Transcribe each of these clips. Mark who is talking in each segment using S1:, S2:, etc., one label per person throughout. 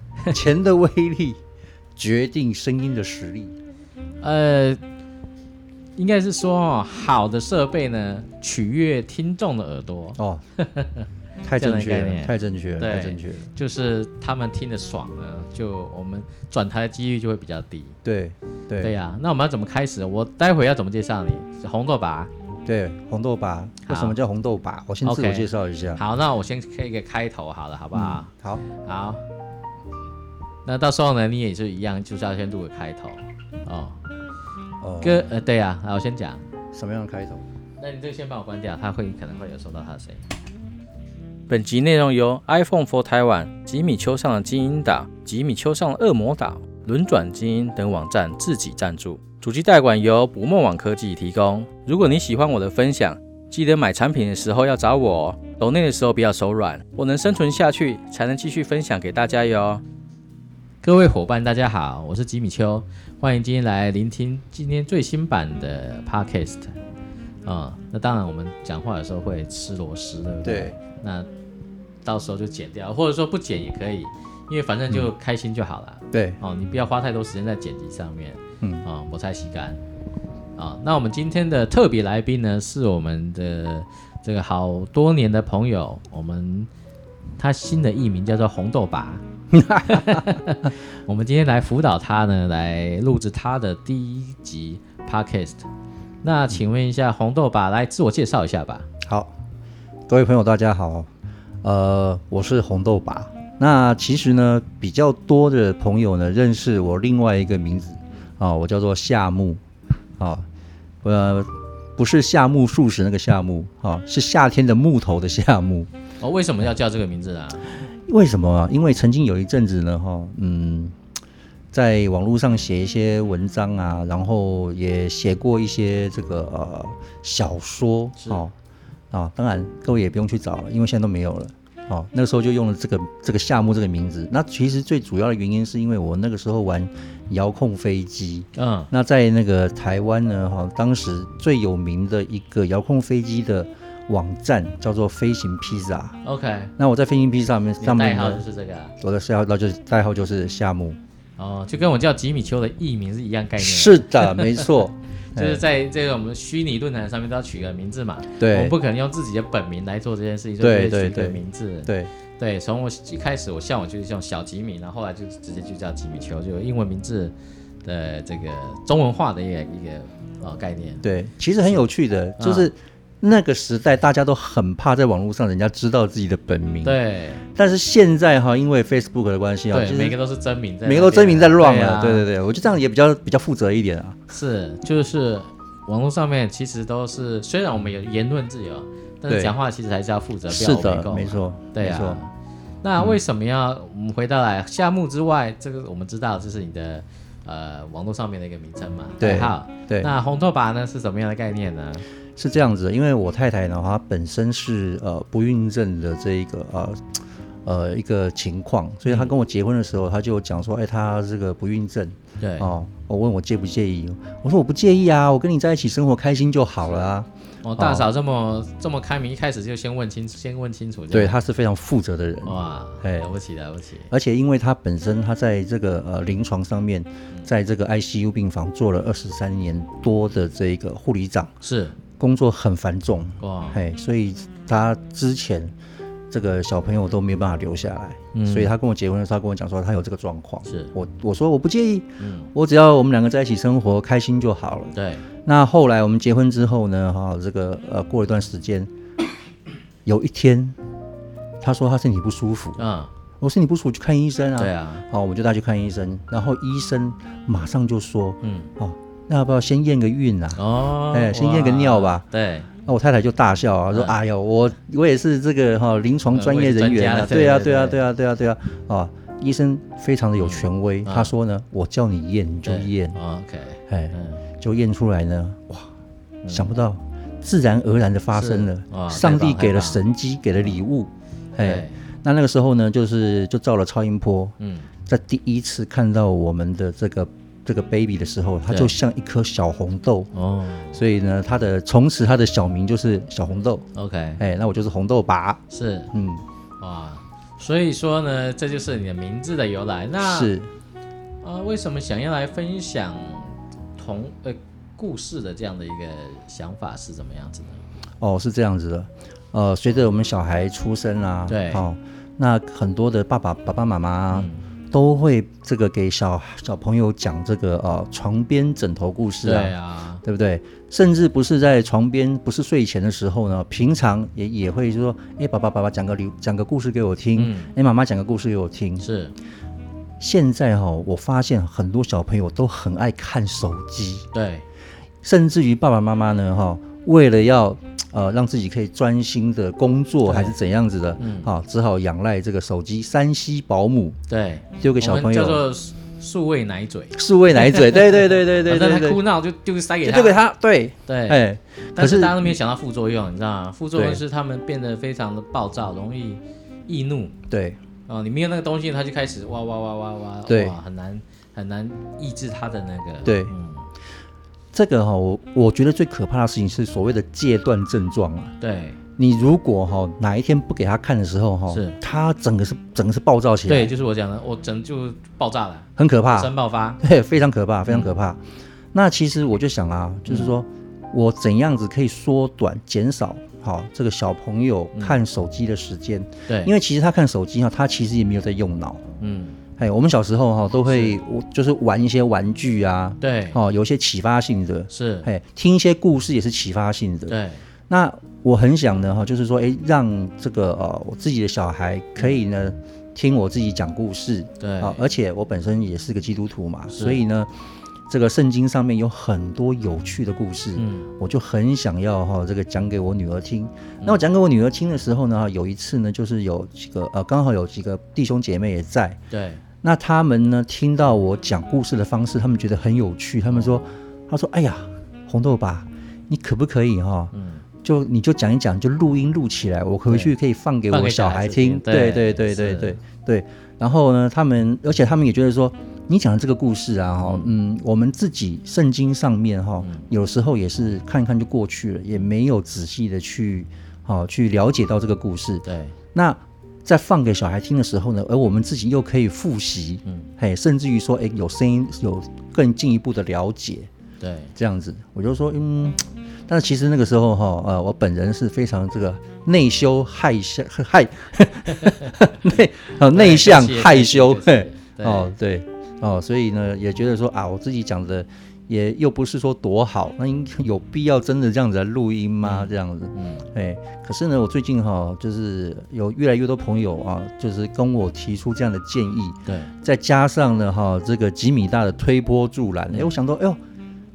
S1: 钱的威力决定声音的实力。
S2: 呃，应该是说哦，好的设备呢，取悦听众的耳朵，
S1: 哦，太
S2: 这
S1: 正
S2: 样的
S1: 确
S2: 概
S1: 了，
S2: 念
S1: 太正确了，
S2: 对
S1: 太正确了。
S2: 就是他们听得爽呢，就我们转台的几率就会比较低。
S1: 对对
S2: 对呀、啊那我们要怎么开始？我待会要怎么介绍你？是红豆吧？
S1: 对红豆拔，为
S2: 好
S1: 什么叫红豆拔？我先自我
S2: OK
S1: 介绍一下，
S2: 好，那我先开一个开头好了，好不好？
S1: 嗯，好，
S2: 好，那到时候呢，你也是一样，就是要先录个开头哦。
S1: 哦，
S2: 歌呃，对呀、啊，好我先讲。
S1: 什么样的开头？
S2: 那你这个先帮我关掉，他会可能会有收到他的声音。
S3: 本集内容由 iPhone for Taiwan、吉米丘上的精英岛、吉米丘上的恶魔岛、轮转精英等网站自己赞助，主机代管由不梦网科技提供。如果你喜欢我的分享，记得买产品的时候要找我哦。抖内的时候不要手软，我能生存下去，才能继续分享给大家哟。
S2: 各位伙伴，大家好，我是吉米秋，欢迎今天来聆听今天最新版的 Podcast。啊、那当然，我们讲话有时候会吃螺丝，对不对？
S1: 对
S2: 那到时候就剪掉，或者说不剪也可以，因为反正就开心就好了。
S1: 对，
S2: 哦，你不要花太多时间在剪辑上面。
S1: 嗯，
S2: 啊、我才洗干。啊、那我们今天的特别来宾呢，是我们的这个好多年的朋友，我们他新的艺名叫做红豆拔。我们今天来辅导他呢，来录制他的第一集 podcast。那请问一下，红豆拔来自我介绍一下吧。
S1: 好，各位朋友大家好，呃，我是红豆拔。那其实呢，比较多的朋友呢认识我另外一个名字啊、我叫做夏目啊、呃，不是夏目漱石那个夏目啊、是夏天的木头的夏目。
S2: 哦，为什么要叫这个名字啊？
S1: 为什么啊？因为曾经有一阵子呢，哈，嗯，在网络上写一些文章啊，然后也写过一些这个呃小说，
S2: 是
S1: 哦，啊，当然各位也不用去找了，因为现在都没有了。哦，那个时候就用了这个这个夏目这个名字。那其实最主要的原因是因为我那个时候玩遥控飞机，
S2: 嗯，
S1: 那在那个台湾呢，哈，当时最有名的一个遥控飞机的网站叫做飞行披萨。
S2: OK，
S1: 那我在飞行披萨上面
S2: 你
S1: 上
S2: 的代
S1: 面呢
S2: 号就是这个啊、
S1: 我的代号就是代号就是夏目。
S2: 哦，就跟我叫吉米丘的艺名是一样概念啊。
S1: 是的，没 错，
S2: 就是在这个我们虚拟论坛上面都要取个名字嘛，我
S1: 对
S2: 们不可能用自己的本名来做这件事情，就
S1: 对
S2: 直接取
S1: 对
S2: 个
S1: 对
S2: 名字。
S1: 对
S2: 对，从我一开始我向往就是用小吉米，然后后来就直接就叫吉米球，就有英文名字的这个中文化的一个一个呃概念。
S1: 对，其实很有趣的，
S2: 嗯
S1: 就是那个时代大家都很怕在网络上人家知道自己的本名，
S2: 对
S1: 但是现在哈，因为 Facebook 的关系啊，
S2: 对，
S1: 其
S2: 每个
S1: 实
S2: 都是真名在那边啊，
S1: 每个都真名在乱
S2: 啊
S1: 了，对对对，我觉得这样也比较比较负责一点啊，
S2: 是，就是网络上面其实都是，虽然我们有言论自由，但是
S1: 对
S2: 讲话其实还是要负责，不要
S1: 是
S2: 围
S1: 的，
S2: 攻
S1: 没错，
S2: 对
S1: 没错
S2: 啊，。那为什么要、我们回到来夏目之外？这个我们知道，这是你的呃网络上面的一个名称嘛？
S1: 对
S2: 好，
S1: 对，
S2: 那红拓拔呢是什么样的概念呢？
S1: 是这样子的，因为我太太呢，她本身是呃不孕症的这一个呃呃一个情况，所以她跟我结婚的时候，她就讲说，哎，她这个不孕症。
S2: 对，
S1: 哦，我问我介不介意，我说我不介意啊，我跟你在一起生活开心就好了啊。
S2: 我、哦大嫂这么、这么开明，一开始就先问清楚，先问清楚。
S1: 对，，他是非常负责的人，
S2: 哇，
S1: 哎
S2: 了不起，了不起。
S1: 而且因为他本身他在这个呃临床上面，
S2: 嗯
S1: 在这个 ICU 病房做了二十三年多的这个护理长，
S2: 是
S1: 工作很繁重，
S2: 哇，
S1: 嘿，所以他之前这个小朋友都没有办法留下来，所以他跟我结婚的时候，他跟我讲说他有这个状况，
S2: 嗯是
S1: 我我说我不介意，
S2: 嗯，
S1: 我只要我们两个在一起生活开心就好了。
S2: 对，
S1: 那后来我们结婚之后呢，哈、这个呃，过了一段时间， 有一天，他说他身体不舒服，
S2: 嗯，
S1: 我身体不舒服去看医生啊。
S2: 对啊，
S1: 好，我们就带他去看医生，然后医生马上就说，
S2: 嗯，
S1: 哦，那要不要先验个孕啊？
S2: 哦，
S1: 哎先验个
S2: 哇嗯
S1: 尿吧。
S2: 对，
S1: 那我太太就大笑啊，说：“哎呦，我我也是这个哈、临床专业人员
S2: 呃我
S1: 啊，
S2: 也是专
S1: 对
S2: 家
S1: 啊，
S2: 对
S1: 对啊，
S2: 对
S1: 对啊，对啊，对啊，啊，医生非常的有权威，
S2: 嗯
S1: 他说呢，我叫你验你就
S2: 对
S1: 验，
S2: 哦，OK，
S1: 哎，
S2: 嗯，
S1: 就验出来呢，哇，想不到自然而然的发生
S2: 是哇
S1: 了，上
S2: 太
S1: 帝
S2: 棒
S1: 给了
S2: 太棒
S1: 神机，给了礼物，哎
S2: 对，，
S1: 那那个时候呢，就是就照了超音波，
S2: 嗯，
S1: 在第一次看到我们的这个这个 baby 的时候，它
S2: 对
S1: 就像一颗小红豆，
S2: 哦
S1: 所以呢，它的从此它的小名就是小红豆，
S2: ，OK，
S1: 哎，那我就是红豆拔，
S2: 是。
S1: 嗯，
S2: 哇，所以说呢，这就是你的名字的由来。那
S1: 是
S2: 啊，为什么想要来分享同呃故事的这样的一个想法是怎么样子呢？
S1: 哦，是这样子的。呃，随着我们小孩出生啦、
S2: 对
S1: 好、那很多的爸爸爸爸妈妈啊、
S2: 嗯
S1: 都会这个给小小朋友讲这个呃床边枕头故事啊，
S2: 对啊，
S1: 对不对？甚至不是在床边，不是睡前的时候呢，平常也也会说，哎，爸爸爸爸讲个理讲个故事给我听，
S2: 嗯，
S1: 哎、妈妈讲个故事给我听。
S2: 是
S1: 现在哈、哦我发现很多小朋友都很爱看手机，
S2: 对，
S1: 甚至于爸爸妈妈呢，哈、为了要呃让自己可以专心的工作
S2: 对
S1: 还是怎样子的，
S2: 嗯
S1: 啊、只好仰赖这个手机三 C 保姆
S2: 对，
S1: 丢给小
S2: 我
S1: 朋
S2: 们叫
S1: 友
S2: 做数数位奶嘴，
S1: 数位奶 嘴，对对对对对对
S2: 反正他
S1: 对
S2: 哭闹就就塞给
S1: 对，
S2: 他，
S1: 丢给他，对，
S2: 对，
S1: 哎，可
S2: 但是
S1: 是
S2: 大家都没有想到副作用，你知道吗？副作用
S1: 对
S2: 是他们变得非常的暴躁，容易易怒
S1: 对
S2: 哦。你没有那个东西，他就开始哇哇哇哇哇，
S1: 对
S2: 哇，很难很难抑制他的那个。
S1: 对
S2: 嗯，
S1: 这个哈、我我觉得最可怕的事情是所谓的戒断症状啊。
S2: 对
S1: 你如果哈、哪一天不给他看的时候哈、
S2: 是
S1: 他整个是整个是暴躁起来，啊
S2: 对，，就是我讲的，我整就爆炸了，
S1: 很可怕，
S2: 火山爆发。
S1: 对，非常可怕，非常
S2: 嗯
S1: 可怕。那其实我就想啊，就是说、我怎样子可以缩短、减少好、这个小朋友看手机的时间，
S2: 嗯对，
S1: 因
S2: 为
S1: 为其实他看手机哈、他其实也没有在用脑。
S2: 嗯，
S1: 哎，我们小时候哈、都会我就是玩一些玩具啊，
S2: 对，
S1: 哦，有一些启发性的，
S2: 是，
S1: 哎，听一些故事也是启发性的。
S2: 对，
S1: 那我很想呢，哈，就是说，哎，让这个呃我自己的小孩可以呢听我自己讲故事，
S2: 对，
S1: 啊，而且我本身也是个基督徒嘛，
S2: 是
S1: 所以呢，这个圣经上面有很多有趣的故事，
S2: 嗯，
S1: 我就很想要哈、这个讲给我女儿听。那我讲给我女儿听的时候呢，有一次呢，就是有几个呃，刚好有几个弟兄姐妹也在，
S2: 对，
S1: 那他们呢听到我讲故事的方式，他们觉得很有趣，他们说，他说，哎呀，红豆吧，你可不可以哈、
S2: 嗯，
S1: 就你就讲一讲，就录音录起来，我回去可以放给
S2: 放给
S1: 我
S2: 小
S1: 小
S2: 孩
S1: 孩
S2: 子听
S1: 听。对对
S2: 对
S1: 对对
S2: 是
S1: 对对。然后呢，他们而且他们也觉得说，你讲的这个故事啊，哈，嗯，我们自己圣经上面哈，有时候也是看看就过去了，也没有仔细的去好去了解到这个故事。
S2: 对，
S1: 那在放给小孩听的时候呢，而我们自己又可以复习，
S2: 嗯，
S1: 嘿，甚至于说，哎，有声音有更进一步的了解。
S2: 对，
S1: 这样子，我就说嗯，但是其实那个时候哈，呃，我本人是非常这个内羞害羞害 内呃内向
S2: 对
S1: 害羞，嘿，
S2: 哦
S1: 哦，对哦，所以呢也觉得说啊，我自己讲的也又不是说多好，那应有必要真的这样子来录音吗？这样子，
S2: 嗯，
S1: 哎，可是呢，我最近哈、就是有越来越多朋友啊，就是跟我提出这样的建议，
S2: 对，
S1: 再加上呢哈、这个吉米大的推波助澜，
S2: 嗯
S1: 哎、我想到，哎呦，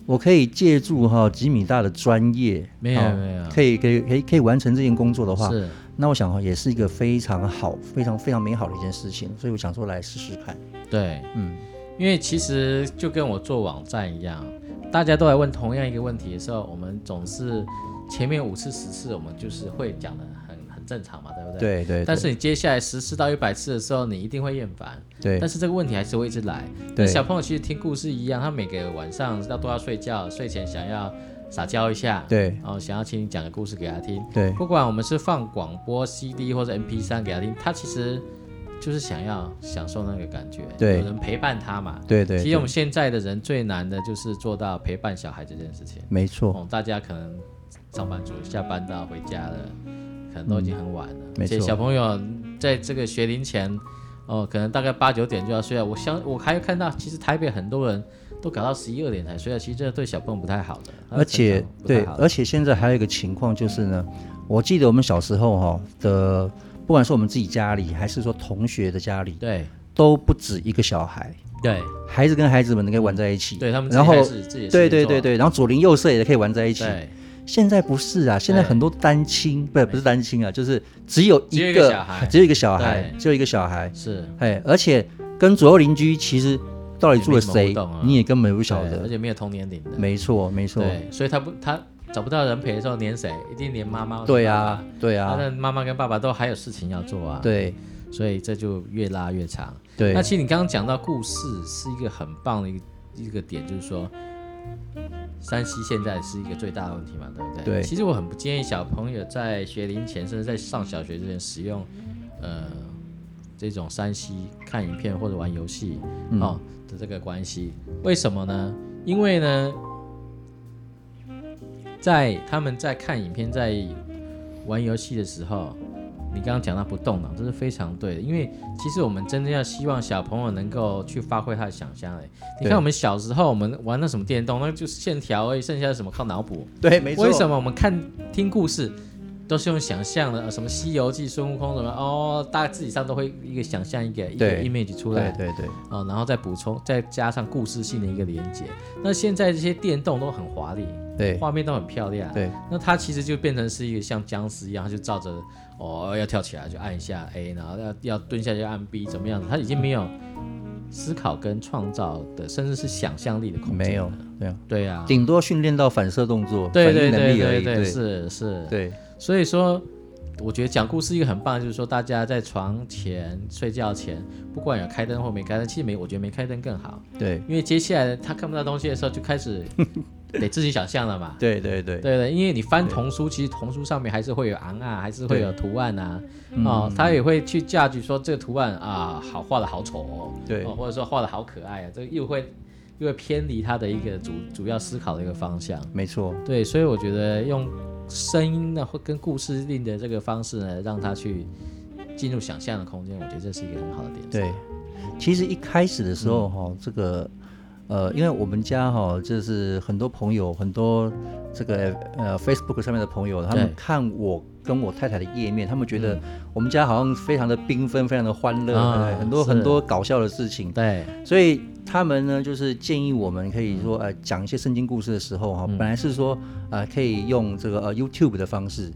S1: 我可以借助哈、吉米大的专业，
S2: 没有
S1: 哦
S2: 没有
S1: 可以可以可以可以完成这件工作的话，
S2: 是。
S1: 那我想哈、也是一个非常好、非常非常美好的一件事情，所以我想说来试试看，
S2: 对，
S1: 嗯，
S2: 因为其实就跟我做网站一样，大家都来问同样一个问题的时候，我们总是前面五次、十次，我们就是会讲的很很正常嘛，对不
S1: 对
S2: 对？
S1: 对，
S2: 但是你接下来十次到一百次的时候，你一定会厌烦，
S1: 对
S2: 但是这个问题还是会一直来。
S1: 对
S2: 小朋友其实听故事一样，他每个晚上要都要睡觉，睡前想要撒娇一下，，
S1: 对
S2: 哦，想要请你讲个故事给他听。
S1: 对
S2: 不管我们是放广播、CD 或者 MP 3给他听，他其实就是想要享受那个感觉，
S1: 对
S2: 有人陪伴他嘛。
S1: 对对
S2: 其实我
S1: 对，
S2: 们现在的人最难的就是做到陪伴小孩这件事情。
S1: 没错，
S2: 哦，大家可能上班族下班到回家了，可能都已经很晚了，
S1: 没
S2: 而且
S1: 错
S2: 小朋友在这个学龄前，哦，可能大概八九点就要睡了。我相我还看到，其实台北很多人都搞到十一二点才睡觉，其实这对小朋友不太好的，他的
S1: 而且
S2: 成啊长不太
S1: 对，
S2: 好
S1: 而且现在还有一个情况就是呢，我记得我们小时候哈、的，不管是我们自己家里，还是说同学的家里，
S2: 对
S1: 都不止一个小孩。
S2: 对。
S1: 孩子跟孩子们可以玩在一起，
S2: 对他们
S1: 嗯
S2: 自己
S1: 然后
S2: 开始自己的事
S1: 对
S2: 情
S1: 对
S2: 做啊
S1: 对对，然后左邻右舍也可以玩在一起。
S2: 对，
S1: 现在不是啊，现在
S2: 对
S1: 很多单亲，不不是单亲啊，就是只有
S2: 只有一
S1: 一
S2: 个
S1: 个
S2: 小孩
S1: 只有一个小孩
S2: 对，
S1: 只有一个小孩，
S2: 是
S1: 哎，而且跟左右邻居其实到底住了
S2: 也没
S1: 谁
S2: 什么互动啊，
S1: 你也根本不晓
S2: 对而
S1: 得。
S2: 且没有同年龄的，
S1: 没错，没错，
S2: 对，所以他不他找不到人陪的时候，连谁？一定连妈妈，
S1: 对啊，，对
S2: 他
S1: 啊，
S2: 的妈妈跟爸爸都还有事情要做啊，，
S1: 对
S2: 所以这就越拉越长。那
S1: 对
S2: 其实你刚刚讲到故事是一个很棒的一个一个点，就是说，山西现在是一个最大的问题嘛，对不对？
S1: 对
S2: 其实我很不建议小朋友在学龄前，甚至在上小学之前使用呃这种山西看影片或者玩游戏
S1: 嗯
S2: 哦的这个关系。为什么呢？因为呢，在他们在看影片、在玩游戏的时候，你刚刚讲到不动脑，这是非常对的。因为其实我们真正要希望小朋友能够去发挥他的想象力。你
S1: 对
S2: 看我们小时候，我们玩那什么电动，那就是线条而已，剩下的什么靠脑补。
S1: 对，没错。
S2: 为什么我们看听故事都是用想象的？呃什么《西游记》、孙悟空什么哦，大致以上都会一个想象一个一个
S1: 对
S2: image 出来
S1: 对对对，
S2: 哦，然后再补充，再加上故事性的一个连接。那现在这些电动都很华丽，
S1: 对
S2: 画面都很漂亮，
S1: 对
S2: 那它其实就变成是一个像僵尸一样，它就照着哦要跳起来就按一下 A，然后要要蹲下就按 B，怎么样？它已经没有思考跟创造的，甚至是想象力的空间了。
S1: 没有，对啊，
S2: 对啊，
S1: 顶多训练到反射动作、
S2: 对
S1: 反
S2: 对
S1: 应能
S2: 对
S1: 力而
S2: 对
S1: 已。
S2: 对，
S1: 对
S2: 是是，
S1: 对
S2: 所以说。我觉得讲故事一个很棒，就是说大家在床前睡觉前，不管有开灯或没开灯，其实没，我觉得没开灯更好，
S1: 对
S2: 因为接下来他看不到东西的时候，就 开始得自己想象了嘛。
S1: 对对对
S2: 对对，因为你翻童书，其实童书上面还是会有昂啊，还是会有图案啊，
S1: 嗯
S2: 哦，他也会去 judge 说这个图案啊，好画的好丑哦，
S1: 对
S2: 哦，或者说画的好可爱啊，这又会又会偏离他的一个主主要思考的一个方向。
S1: 没错，
S2: 对，所以我觉得用声音呢，或跟故事令的这个方式呢，让他去进入想象的空间，我觉得这是一嗯个很好的点。
S1: 对。其实一开始的时候哈、这个呃，因为我们家哈、就是很多朋友，很多这个呃 Facebook 上面的朋友，他们
S2: 对嗯
S1: 看我跟我太太的页面，他们觉得我们家好像非常的缤纷，非常的欢乐，
S2: 啊
S1: 对很多
S2: 是
S1: 很多搞笑的事情。
S2: 对
S1: 所以他们呢，就是建议我们可以说，呃，讲一些圣经故事的时候哈、
S2: 嗯
S1: 本来是说，呃，可以用这个呃 YouTube 的方式，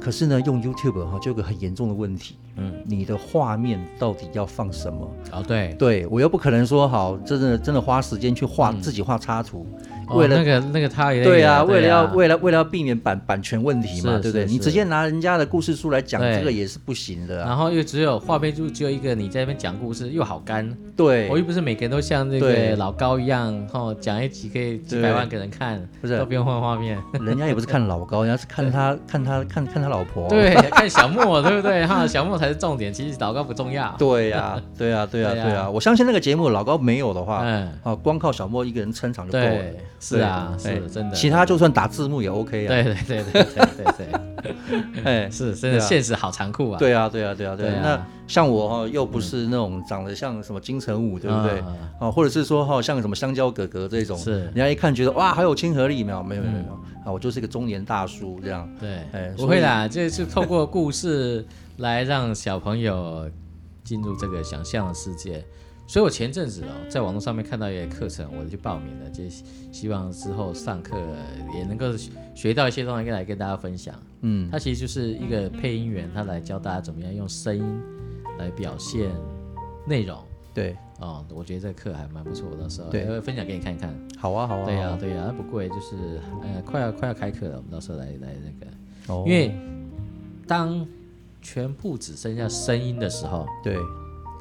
S1: 可是呢，用 YouTube 哈、就有个很严重的问题，
S2: 嗯，
S1: 你的画面到底要放什么？
S2: 哦对，
S1: 对我又不可能说好，真的真的花时间去画、自己画插图，为
S2: 嗯哦、
S1: 了
S2: 那个那个他也
S1: 对啊，
S2: 啊，
S1: 为了要
S2: 啊
S1: 为了为了要避免版版权问题嘛，
S2: 是
S1: 对不对？
S2: 是
S1: 你
S2: 是
S1: 直接拿人家的故事书来讲，
S2: 对
S1: 这个也是不行的、啊。
S2: 然后又只有画面就只有一个你在那边讲故事，又好干。
S1: 对
S2: 我，又不是每个人都像那
S1: 对
S2: 个老高一样，哦，讲一集可以几百万个人看，
S1: 不是哦
S2: 都不用换画面。
S1: 人家也不是看老高，人家是看他看他看看他老婆。啊
S2: 对，看小莫， 对不对？哈，小莫才是重点，其实老高不重要。
S1: 对呀，对呀，对呀，
S2: 对啊
S1: 对呀！我相信那个节目老高没有的话，
S2: 嗯，
S1: 啊，光靠小莫一个人撑场就够了。
S2: 对，是啊，
S1: 对
S2: 是
S1: 哎
S2: 真的。
S1: 其他就算打字幕也 OK 啊。
S2: 对对对对对对 对，
S1: 哎，
S2: 是真的，
S1: 对啊
S2: 现实好残酷啊。
S1: 对啊，对啊，对啊，对
S2: 对
S1: 啊
S2: 啊。嗯
S1: 那像我哈，又不是那种长得像什么金城武，对不对？
S2: 啊
S1: 啊，或者是说哈，像什么香蕉哥哥这种，
S2: 是嗯
S1: 人家一看觉得哇，好有亲和力，没有？没有，没有，没有。啊，我就是一个中年大叔这样。
S2: 对
S1: 哎，
S2: 不会啦，这是透过故事来让小朋友进入这个想象的世界。所以我前阵子哦，在网络上面看到一个课程，我就去报名了，就希希望之后上课也能够学到一些东西来跟大家分享。
S1: 嗯，
S2: 它其实就是一个配音员，他来教大家怎么样用声音来表现内容。
S1: 对，
S2: 哦，我觉得这个课还蛮不错的，到时候
S1: 对
S2: 也会分享给你看看。
S1: 好啊，好啊，
S2: 对呀、
S1: 好啊
S2: 对呀、那不贵，就是呃，快要快要开课了，我们到时候来来那个，
S1: 哦
S2: 因为当全部只剩下声音的时候，
S1: 对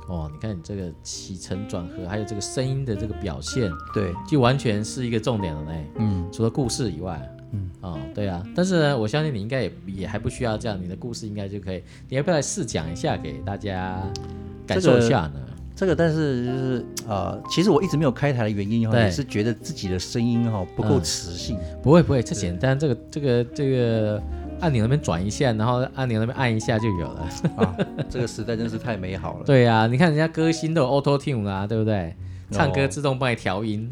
S2: 哦，你看你这个起承转合，还有这个声音的这个表现，
S1: 对，
S2: 就完全是一个重点了呢。
S1: 嗯，
S2: 除了故事以外，嗯，哦，对啊，但是呢，我相信你应该也也还不需要这样，你的故事应该就可以，你要不要来试讲一下给大家感受一下呢？
S1: 这个但是就是呃，其实我一直没有开台的原因哈，
S2: 对
S1: 也是觉得自己的声音哈不够
S2: 嗯
S1: 磁性。
S2: 不会不会，这简单，这个这个这个按钮那边转一下，然后按钮那边按一下就有了。
S1: 啊，这个时代真是太美好了。
S2: 嗯对呀、你看人家歌星都有 Auto Tune 啦、对不对？
S1: 嗯
S2: 唱歌自动帮你调音，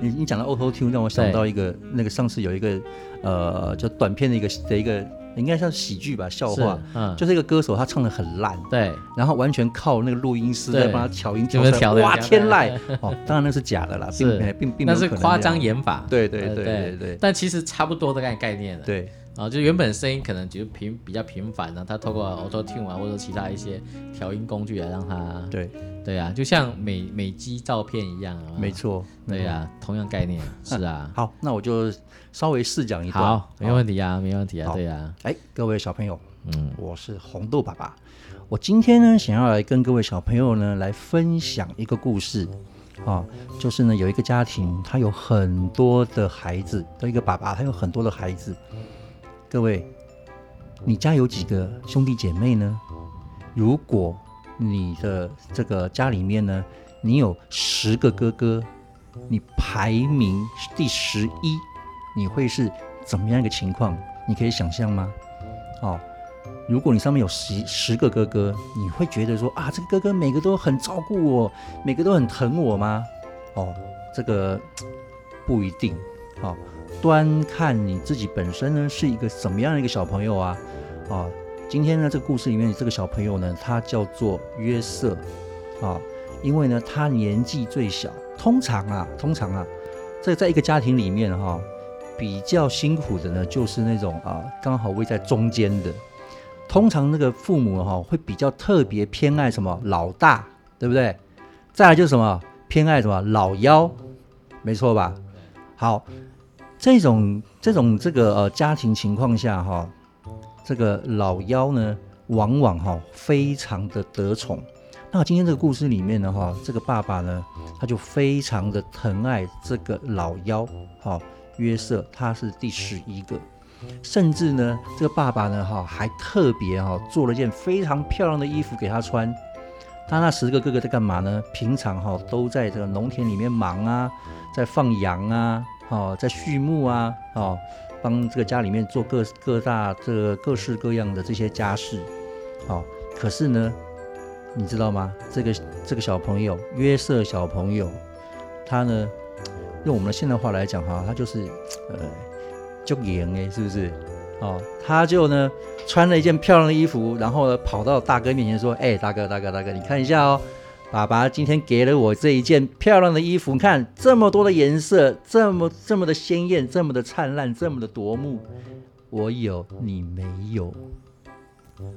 S1: 你你讲到 Auto Tune，让我想
S2: 对
S1: 到一个那个上次有一个呃，叫短片的一个的一个，应该像喜剧吧，笑话，
S2: 是嗯，
S1: 就是一个歌手他唱的很烂，
S2: 对，
S1: 然后完全靠那个录音师在
S2: 对
S1: 帮他调音
S2: 有没有
S1: 出来
S2: 调的
S1: 哇，
S2: 调的
S1: 天籁！哦，当然那是假的啦，并没
S2: 是
S1: 并并没
S2: 那
S1: 有
S2: 是
S1: 可能
S2: 夸
S1: 那
S2: 张
S1: 样
S2: 演法。
S1: 对对
S2: 呃
S1: 对对对
S2: 但其实差不多的概概念了。
S1: 对
S2: 啊，就原本声音可能就是平比较平凡然后它透过 Auto Tune 啊或者其他一些调音工具来让它，
S1: 对，
S2: 对啊，就像美美肌照片一样啊，
S1: 没，错，嗯
S2: 对啊，同 样概念，是啊，
S1: 好，那我就稍微试讲一段。
S2: 好，没问题啊，没问题啊，
S1: 好
S2: 对啊，
S1: 哎，各位小朋友，
S2: 嗯，
S1: 我是红豆爸爸。我今天呢，想要来跟各位小朋友呢来分享一个故事啊，就是呢有一个家庭，他有很多的孩子，的一个爸爸，他有很多的孩子。各位，你家有几个兄弟姐妹呢？如果你的这个家里面呢，你有十个哥哥，你排名第十一，你会是怎么样一个情况？你可以想象吗？哦，如果你上面有十十个哥哥，你会觉得说啊，这个哥哥每个都很照顾我，每个都很疼我吗？哦，这个不一定。哦，端看你自己本身呢是一个什么样的一个小朋友啊。哦，今天呢这个故事里面这个小朋友呢，他叫做约瑟啊、因为呢他年纪最小。通常啊，通常啊，在在一个家庭里面哈、比较辛苦的呢，就是那种啊，刚好位在中间的。通常那个父母哈、会比较特别偏爱什么老大，对不对？再来就是什么偏爱什么老幺，没错吧？好，这种这种这个呃家庭情况下哈、这个老幺呢，往往哈、非常的得宠。那今天这个故事里面呢，哈，这个爸爸呢，他就非常的疼爱这个老幺，好、约瑟他是第十一个，甚至呢，这个爸爸呢，哈，还特别哈、做了件非常漂亮的衣服给他穿。他那十个哥哥在干嘛呢？平常哈、都在这个农田里面忙啊，在放羊啊，哦，在畜牧啊，哦，帮这个家里面做各各大这个各式各样的这些家事，哦，可是呢，你知道吗？这个这个小朋友约瑟小朋友，他呢，用我们的现代话来讲哈，他就是呃，就演哎，是不是？哦，他就呢穿了一件漂亮的衣服，然后呢跑到大哥面前说：“哎、大哥，大哥，大哥，你看一下哦，爸爸今天给了我这一件漂亮的衣服，你看这么多的颜色，这么这么的鲜艳，这么的灿烂，这么的夺目，我有你没有？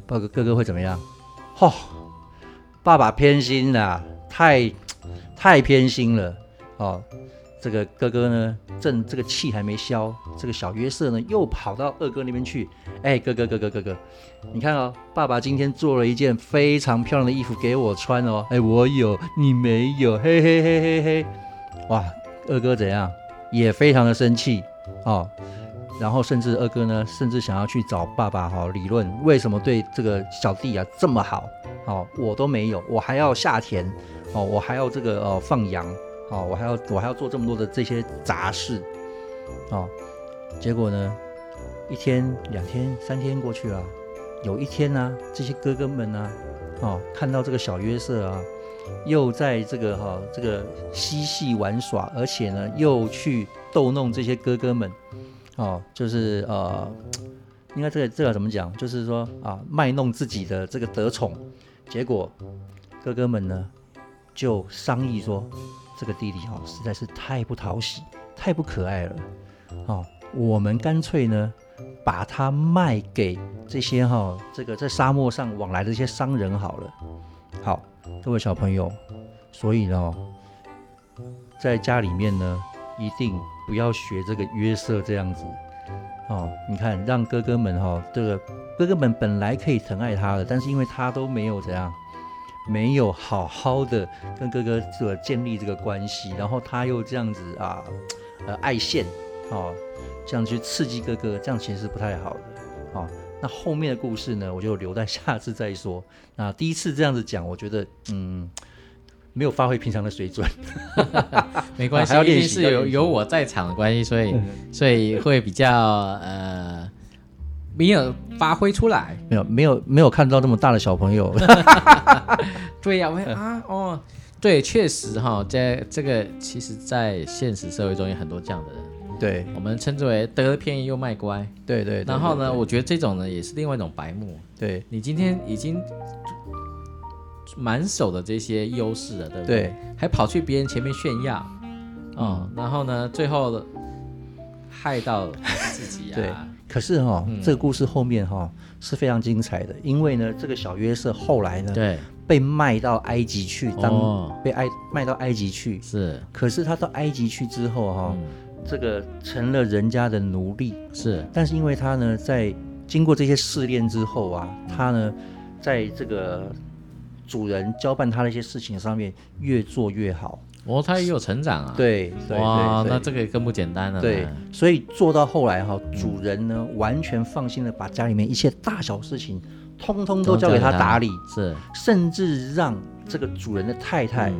S1: 豹哥哥哥会怎么样？吼、爸爸偏心啦，太太偏心了哦。这个哥哥呢，正这个气还没消，这个小约瑟呢又跑到二哥那边去。哎，哥哥哥哥哥哥，你看哦，爸爸今天做了一件非常漂亮的衣服给我穿哦。哎，我有，你没有，嘿嘿嘿嘿嘿。哇，二哥怎样？也非常的生气哦。然后甚至二哥呢，甚至想要去找爸爸哈、理论，为什么对这个小弟啊这么好？哦，我都没有，我还要下田，哦，我还要这个呃放羊，哦，我还要我还要做这么多的这些杂事，哦，结果呢，一天、两天、三天过去了，有一天呢、这些哥哥们呢、哦，看到这个小约瑟啊，又在这个哈、这个嬉戏玩耍，而且呢，又去逗弄这些哥哥们，哦，就是呃，应该这个这个怎么讲？就是说啊，卖弄自己的这个得宠，结果哥哥们呢就商议说，这个弟弟哦实在是太不讨喜，太不可爱了，哦，我们干脆呢把它卖给这些哈、这个在沙漠上往来的这些商人好了。好，各位小朋友，所以呢，在家里面呢，一定不要学这个约瑟这样子。哦，你看，让哥哥们哈、这个哥哥们本来可以疼爱他的，但是因为他都没有怎样，没有好好的跟哥哥这个建立这个关系，然后他又这样子啊，呃，爱现哦，这样去刺激哥哥，这样其实是不太好的哦。那后面的故事呢，我就留在下次再说。那第一次这样子讲，我觉得嗯，没有发挥平常的水准。
S2: 没关
S1: 啊
S2: 系，
S1: 还要
S2: 一定
S1: 练习
S2: 是
S1: 要
S2: 有
S1: 练习嗯
S2: 有我在场的关系，所以所以会比较呃没有发挥出来。
S1: 没有没有没有看到这么大的小朋友，
S2: 对呀、我会啊
S1: 嗯
S2: 哦，对，确实哈，在这个其实，在现实社会中有很多这样的人，
S1: 对
S2: 我们称之为得了便宜又卖乖。
S1: 对对对。
S2: 然后呢，我觉得这种呢也是另外一种白目。
S1: 对
S2: 你今天已经满手的这些优势了，对不对？
S1: 对
S2: 还跑去别人前面炫耀，哦，然后呢，最后害到自己
S1: 对
S2: 啊，。
S1: 可是哈、这个故事后面哈、是非常精彩的，因为呢，这个小约瑟后来呢
S2: 对，
S1: 被卖到埃及去当、
S2: 哦
S1: 被埃卖到埃及去，
S2: 是，
S1: 可是他到埃及去之后哈、
S2: 嗯，
S1: 这个成了人家的奴隶。
S2: 是，
S1: 但是因为他呢，在经过这些试炼之后啊，
S2: 嗯
S1: 他呢，在这个主人交办他的一些事情上面越做越好。
S2: 哦，他也有成长啊，，
S1: 对对对
S2: 哇，
S1: 对
S2: 那这个更不简单了，
S1: 对，
S2: 嗯
S1: 所以做到后来哈、主人呢完全放心的把家里面一切大小事情通通都交给他打理，
S2: 是
S1: 甚至让这个主人的太太，
S2: 嗯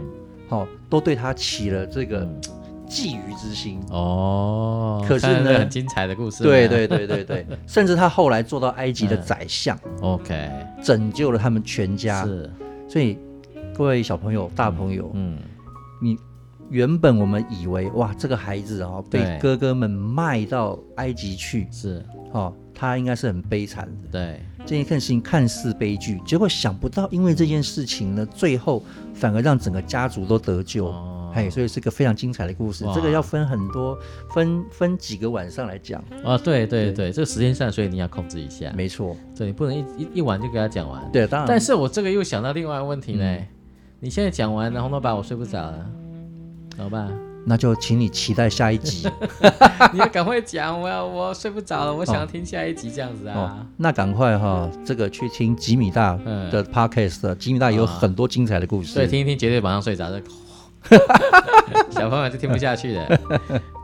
S1: 好、都对他起了这个
S2: 嗯
S1: 觊觎之心。
S2: 哦，
S1: 可是
S2: 看来
S1: 呢
S2: 很精彩的故事，
S1: 对对对对 对，甚至他后来做到埃及的
S2: 嗯
S1: 宰相，
S2: ，OK，
S1: 拯救了他们全家。
S2: 是，
S1: 所以各位小朋友、大朋友，
S2: 嗯，
S1: 你原本我们以为哇，这个孩子哦被
S2: 对
S1: 哥哥们卖到埃及去
S2: 是
S1: 哦，他应该是很悲惨的。
S2: 对，
S1: 这件事情看似悲剧，结果想不到因为这件事情呢，最后反而让整个家族都得救。
S2: 哦
S1: 嘿，哎所以是个非常精彩的故事
S2: 哇，
S1: 这个要分很多分分几个晚上来讲，
S2: 哦，对对
S1: 对
S2: 对，这个时间上，所以你要控制一下，
S1: 没错，
S2: 对，你不能一一一晚就给他讲完。
S1: 对，当然，
S2: 但是我这个又想到另外一个问题嘞，
S1: 嗯
S2: 你现在讲完了，红头爸我睡不着了，怎么 办？
S1: 那就请你期待下一 集
S2: 你要赶快讲，我要我睡不着了，我想要听下一集这样子
S1: 哦
S2: 啊。，
S1: 那赶快哈、这个去听吉米大
S2: 嗯
S1: 的 podcast，、吉米大有很多精彩的故事，
S2: 所以听一听绝对马上睡 着的，小朋友就听不下去了。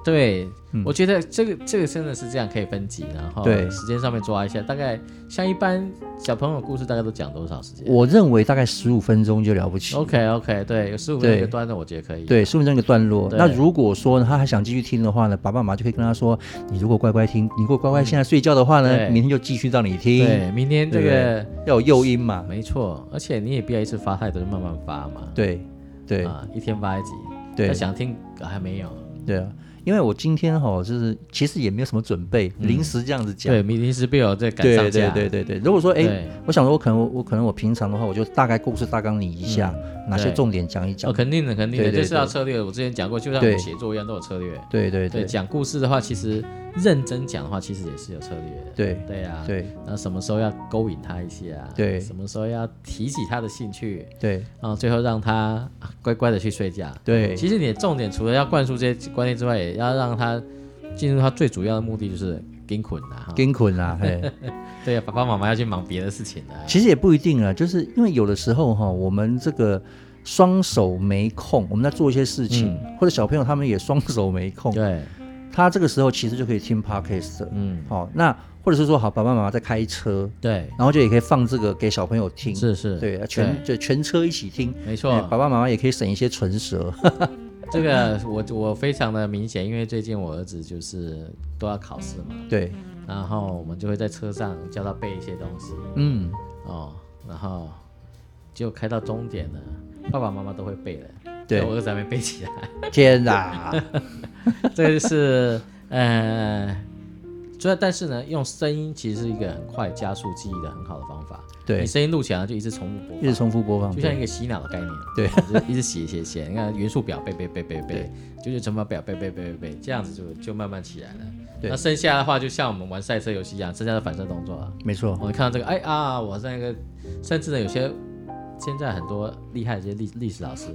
S2: 对，我觉得这个这个真的是这样可以分级，然后
S1: 嗯对
S2: 时间上面抓一下，大概像一般小朋友故事大概都讲多少时间
S1: 我认为大概十五分钟就了不起，
S2: ？OK OK，对，有十五分
S1: 对
S2: 钟一个端的，我觉得可以。
S1: 对，十五分钟一个段落。
S2: 对
S1: 那如果说他还想继续听的话呢，爸爸妈妈就可以跟他说：“你如果乖乖听，你如果乖乖现在睡觉的话
S2: 嗯对
S1: 呢，明天就继续让你听，
S2: 对，明天这个
S1: 要有诱因嘛。
S2: 没错，而且你也不要一次发太多，就慢慢发嘛。”
S1: 对，对，
S2: 啊，一天发一集。
S1: 对
S2: 他想听啊还没有。
S1: 对啊。因为我今天哈、就是其实也没有什么准备，临时这样子讲。
S2: 对，明临时必有这赶
S1: 嗯对
S2: 上
S1: 对
S2: 架。
S1: 对对对。如果说哎、
S2: 对
S1: 我想说我可能我我可能我平常的话，我就大概故事大纲拟一下，哪些
S2: 对
S1: 重点讲一讲。
S2: 哦，肯定的，肯定的，
S1: 对对
S2: 这是要策略。我之前讲过，就像我
S1: 对
S2: 们写作一样，都有策略。
S1: 对对对
S2: 讲故事的话，其实认真讲的话，其实也是有策略的。
S1: 对
S2: 对啊，
S1: 对
S2: 那什么时候要勾引他一些啊？
S1: 对
S2: 什么时候要提起他的兴趣，
S1: 对
S2: 然后最后让他啊乖乖的去睡觉。
S1: 对
S2: 其实你的重点除了要灌输这些观念之外，也要让他进入他最主要的目的，就是跟捆啊。哈
S1: 跟捆 啦，嘿。
S2: 对啊，爸爸妈妈要去忙别的事情了。
S1: 其实也不一定啊，就是因为有的时候哈、我们这个双手没空，我们在做一些事情，或者小朋友他们也双手没空，
S2: 对，
S1: 他这个时候其实就可以听 podcast，
S2: 嗯，
S1: 好、那或者是说好爸爸妈妈在开车，
S2: 对，
S1: 然后就也可以放这个给小朋友听，
S2: 是是，
S1: 对，啊全就全车一起听，
S2: 没错
S1: 哎爸爸妈妈也可以省一些唇舌，
S2: 这个我我非常的明显，因为最近我儿子就是都要考试嘛，
S1: 对，
S2: 然后我们就会在车上教他背一些东西
S1: 嗯，
S2: 哦，然后就开到终点了，爸爸妈妈都会背了，
S1: 嗯对
S2: 但我儿子还没背起来，
S1: 天哪，
S2: 这个是呃，主要但是呢，用声音其实是一个很快加速记忆的很好的方法，
S1: 对
S2: 你，声音录起来就一直重复播
S1: 一
S2: 放
S1: 直。重复播放，
S2: 就像一个洗脑的概念，
S1: 对
S2: 就是一直写写写，你看元素表背背背背背，就是乘法表背背背背背，这样子就就慢慢起来了。
S1: 对
S2: 那剩下的话就像我们玩赛车游戏一样，剩下的反射动作啊，
S1: 没错，
S2: 我们看到这个，哎啊，我那个，甚至呢有些现在很多厉害的一些历历史老师，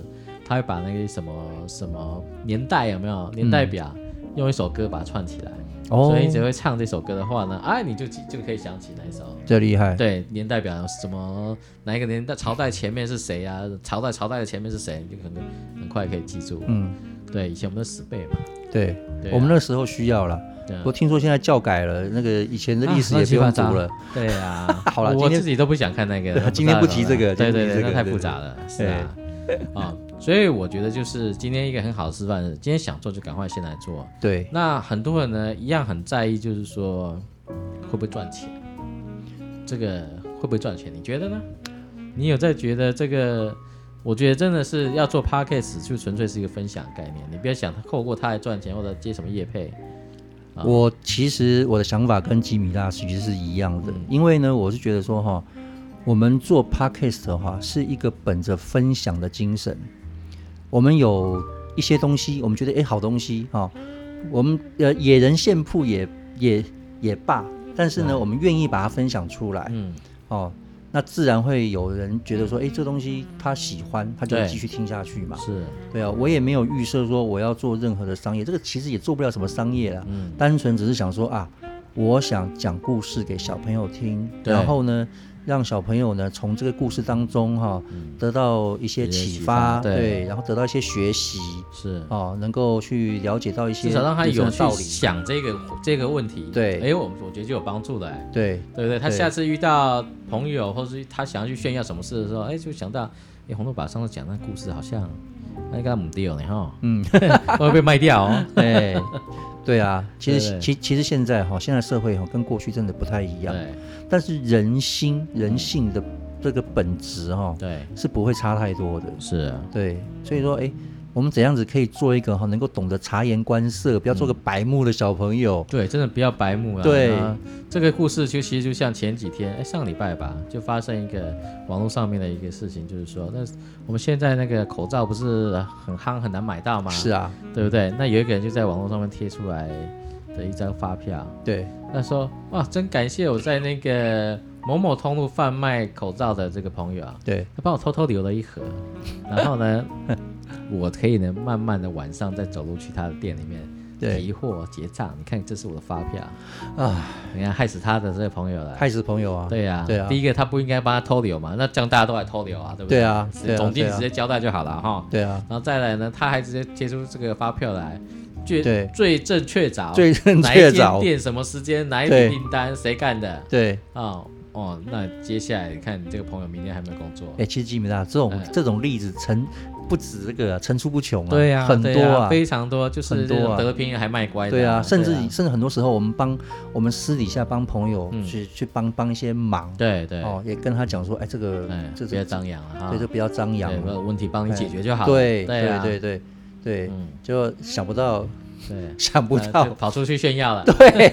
S2: 他会把那个什么什么年代有没有年代表，用一首歌把它串起来。
S1: 嗯哦
S2: 所以你只会唱这首歌的话呢，哎、你就记就可以想起哪一首。
S1: 这厉害，
S2: 对，年代表什么？哪一个年代朝代前面是谁啊？朝代朝代的前面是谁？你就可能很快可以记住。
S1: 嗯，
S2: 对，以前我们都死背嘛。
S1: 对，
S2: 对啊
S1: 我们那时候需要了。
S2: 对啊
S1: 我听说现在教改了，那个以前的历史也不用读了。。
S2: 对啊，
S1: 好啦
S2: 我
S1: 今天
S2: 自己都不想看那个
S1: 对啊。
S2: 知道
S1: 今天不提这个
S2: 有没有对
S1: 今天
S2: 对
S1: 不提这
S2: 对，
S1: 个
S2: 那太复杂了。是啊， 啊，所以我觉得就是今天一个很好的示范，今天想做就赶快先来做。
S1: 对，
S2: 那很多人呢，一样很在意，就是说会不会赚钱，这个会不会赚钱？你觉得呢？你有在觉得这个？我觉得真的是要做 podcast，就纯粹是一个分享概念，你不要想透过它来赚钱或者接什么业配。啊
S1: 我其实我的想法跟吉米大其实是一样
S2: 嗯
S1: 的，因为呢，我是觉得说哈，我们做 podcast 的话是一个本着分享的精神，我们有一些东西，我们觉得诶好东西哈、我们呃野人献铺也也也罢，但是
S2: 啊
S1: 呢，我们愿意把它分享出来，
S2: 嗯，
S1: 哦，那自然会有人觉得说，诶，这东西他喜欢，他就
S2: 对
S1: 继续听下去嘛。
S2: 是，
S1: 对啊，我也没有预设说我要做任何的商业，这个其实也做不了什么商业啦，
S2: 嗯，
S1: 啊单纯只是想说啊，我想讲故事给小朋友听，
S2: 对
S1: 然后呢，让小朋友呢从这个故事当中哈、得到一些
S2: 嗯一些启
S1: 启
S2: 发
S1: 发，
S2: 对
S1: 然后得到一些学习
S2: 是，
S1: 哦，能够去了解到一些
S2: 至少让他
S1: 人生
S2: 有
S1: 的
S2: 去
S1: 道理，
S2: 想这个这个问题。
S1: 对
S2: 哎，我我觉得就有帮助了，哎
S1: 对
S2: 对不对？他
S1: 对
S2: 下次遇到朋友，或是他想要去炫耀什么事的时候，哎，就想到，哎，红豆爸上次讲那故事好像。那个母掉呢哈，
S1: 嗯，
S2: 会不会被卖掉哦。
S1: 对哎对啊，其
S2: 对
S1: 实其其实现在哈、现在社会哈、跟过去真的不太 一样，
S2: 对嗯
S1: 但是人心人性的这个本质哈、
S2: 对，
S1: 是不会差太多的，
S2: 是啊，
S1: 对，所以说哎。我们怎样子可以做一个哈能够懂得察言观色，不要做
S2: 嗯
S1: 个白目的小朋友？
S2: 对，真的不要白目啊。
S1: 对
S2: 那这个故事就其实就像前几天，哎，上礼拜吧，就发生一个网络上面的一个事情，就是说，那我们现在那个口罩不是很夯，很难买到吗？
S1: 是
S2: 啊，
S1: 啊，
S2: 对不对？那有一个人就在网络上面贴出来的一张发票，
S1: 对
S2: 他说：“哇，真感谢我在那个某某通路贩卖口罩的这个朋友啊，
S1: 对，
S2: 他帮我偷偷留了一盒，然 后呢，我可以呢慢慢的晚上再走路去他的店里面
S1: 对
S2: 提货结账。你看，这是我的发票，
S1: 啊，
S2: 你看害死他的这个朋友了。
S1: 害死朋友啊！
S2: 对呀、
S1: 对啊
S2: 第一个他不应该帮他偷留嘛，那这样大家都来偷留啊，对不
S1: 对
S2: 对
S1: 啊对啊
S2: 总经理
S1: 对啊
S2: 直接交代就好了哈。
S1: 对啊，
S2: 然后再来呢，他还直接贴出这个发票来，最
S1: 对
S2: 最正确凿，
S1: 最正
S2: 哪一
S1: 确
S2: 间
S1: 凿，
S2: 店什么时间哪一笔
S1: 对
S2: 订单谁干的
S1: 对。
S2: 啊、哦，那接下来你看你这个朋友明天还没有工作，
S1: 哎、其实基本上这种、
S2: 嗯
S1: 这种例子层不止这个啊层出不穷啊，
S2: 对呀、
S1: 很多
S2: 对呀
S1: 啊，
S2: 非常多，就是
S1: 很多啊
S2: 那种得了便宜还卖乖的、
S1: 对啊，甚至、
S2: 对
S1: 甚至很多时候我们帮我们私底下帮朋友
S2: 嗯
S1: 去、去帮帮一些忙，
S2: 对对，
S1: 哦，也跟他讲说，哎、这个、
S2: 哎，
S1: 这
S2: 不要
S1: 这
S2: 张扬了哈，
S1: 对，就不要张扬
S2: 对，
S1: 了，
S2: 问题帮你解决就好了，
S1: 对
S2: 对啊
S1: 对对对对，
S2: 嗯
S1: 就想不到
S2: 对，
S1: 想不
S2: 呃就
S1: 到，
S2: 跑出去炫 耀了，
S1: 对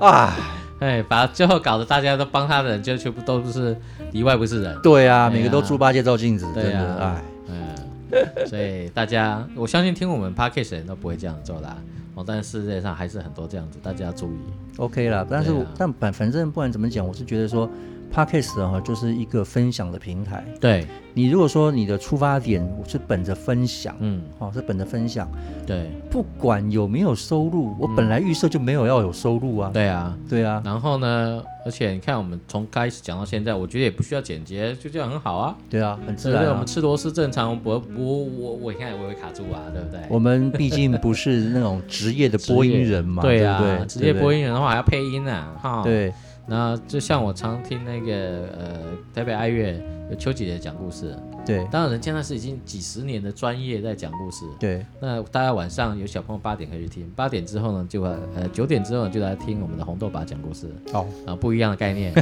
S1: 啊，
S2: 哎，把最后搞得大家都帮他的人，就全部都不是里外不是人，
S1: 对啊，
S2: 对
S1: 每个都
S2: 啊
S1: 猪八戒照镜子，真
S2: 对
S1: 的，
S2: 啊
S1: 哎，，
S2: 嗯，所以大家，我相信听我们 podcast 的人都不会这样做啦。哦，但是世界上还是很多这样子，大家要注意。
S1: OK 啦，但是、
S2: 对啊
S1: 但反反正不管怎么讲，我是觉得说，Podcast 哈、就是一个分享的平台。
S2: 对，
S1: 你如果说你的出发点是本着分享，
S2: 嗯，
S1: 好、是本着分享，
S2: 对，
S1: 不管有没有收入，我
S2: 嗯
S1: 本来预设就没有要有收入啊。
S2: 对啊。
S1: 对啊，
S2: 然后呢，而且你看，我们从开始讲到现在，我觉得也不需要剪接，就这样很好啊。
S1: 对啊，很自
S2: 对不
S1: 然、
S2: 对？我们
S1: 啊。
S2: 吃螺丝正常，我不不我我你看我也会卡住啊，对不对？
S1: 我们毕竟不是那种职业的播音人嘛，
S2: 对
S1: 对
S2: 啊，
S1: 不对？
S2: 职业播
S1: 音，
S2: 音人的话还要配音啊，哈。。
S1: 对
S2: 那就像我常听那个呃台北爱乐有邱姐姐讲故事，
S1: 对
S2: 当然人家那是已经几十年的专业在讲故事。
S1: 对
S2: 那大家晚上有小朋友八点可以去听，八点之后呢就来呃九点之后呢就来听我们的红豆爸讲故事
S1: 对，好，
S2: 啊，不一样的概念。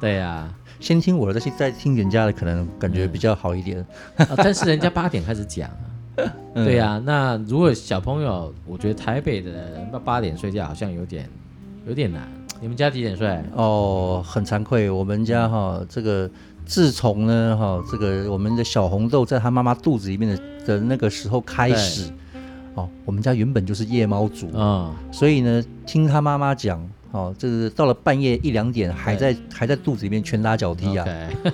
S2: 对啊呀、
S1: 先听我的，再去再听人家的，可能感觉比较好一点。
S2: 啊但是人家八点开始讲啊。
S1: 嗯
S2: 对呀、那如果小朋友，我觉得台北的人到八点睡觉好像有点有点难。你们家几点睡？
S1: 哦，很惭愧，我们家哈、这个自从呢哈、这个我们的小红豆在他妈妈肚子里面的的那个时候开始，哦，我们家原本就是夜猫族，
S2: 嗯，
S1: 所以呢，听他妈妈讲，哦，这个到了半夜一两点还在还在肚子里面拳打脚踢啊，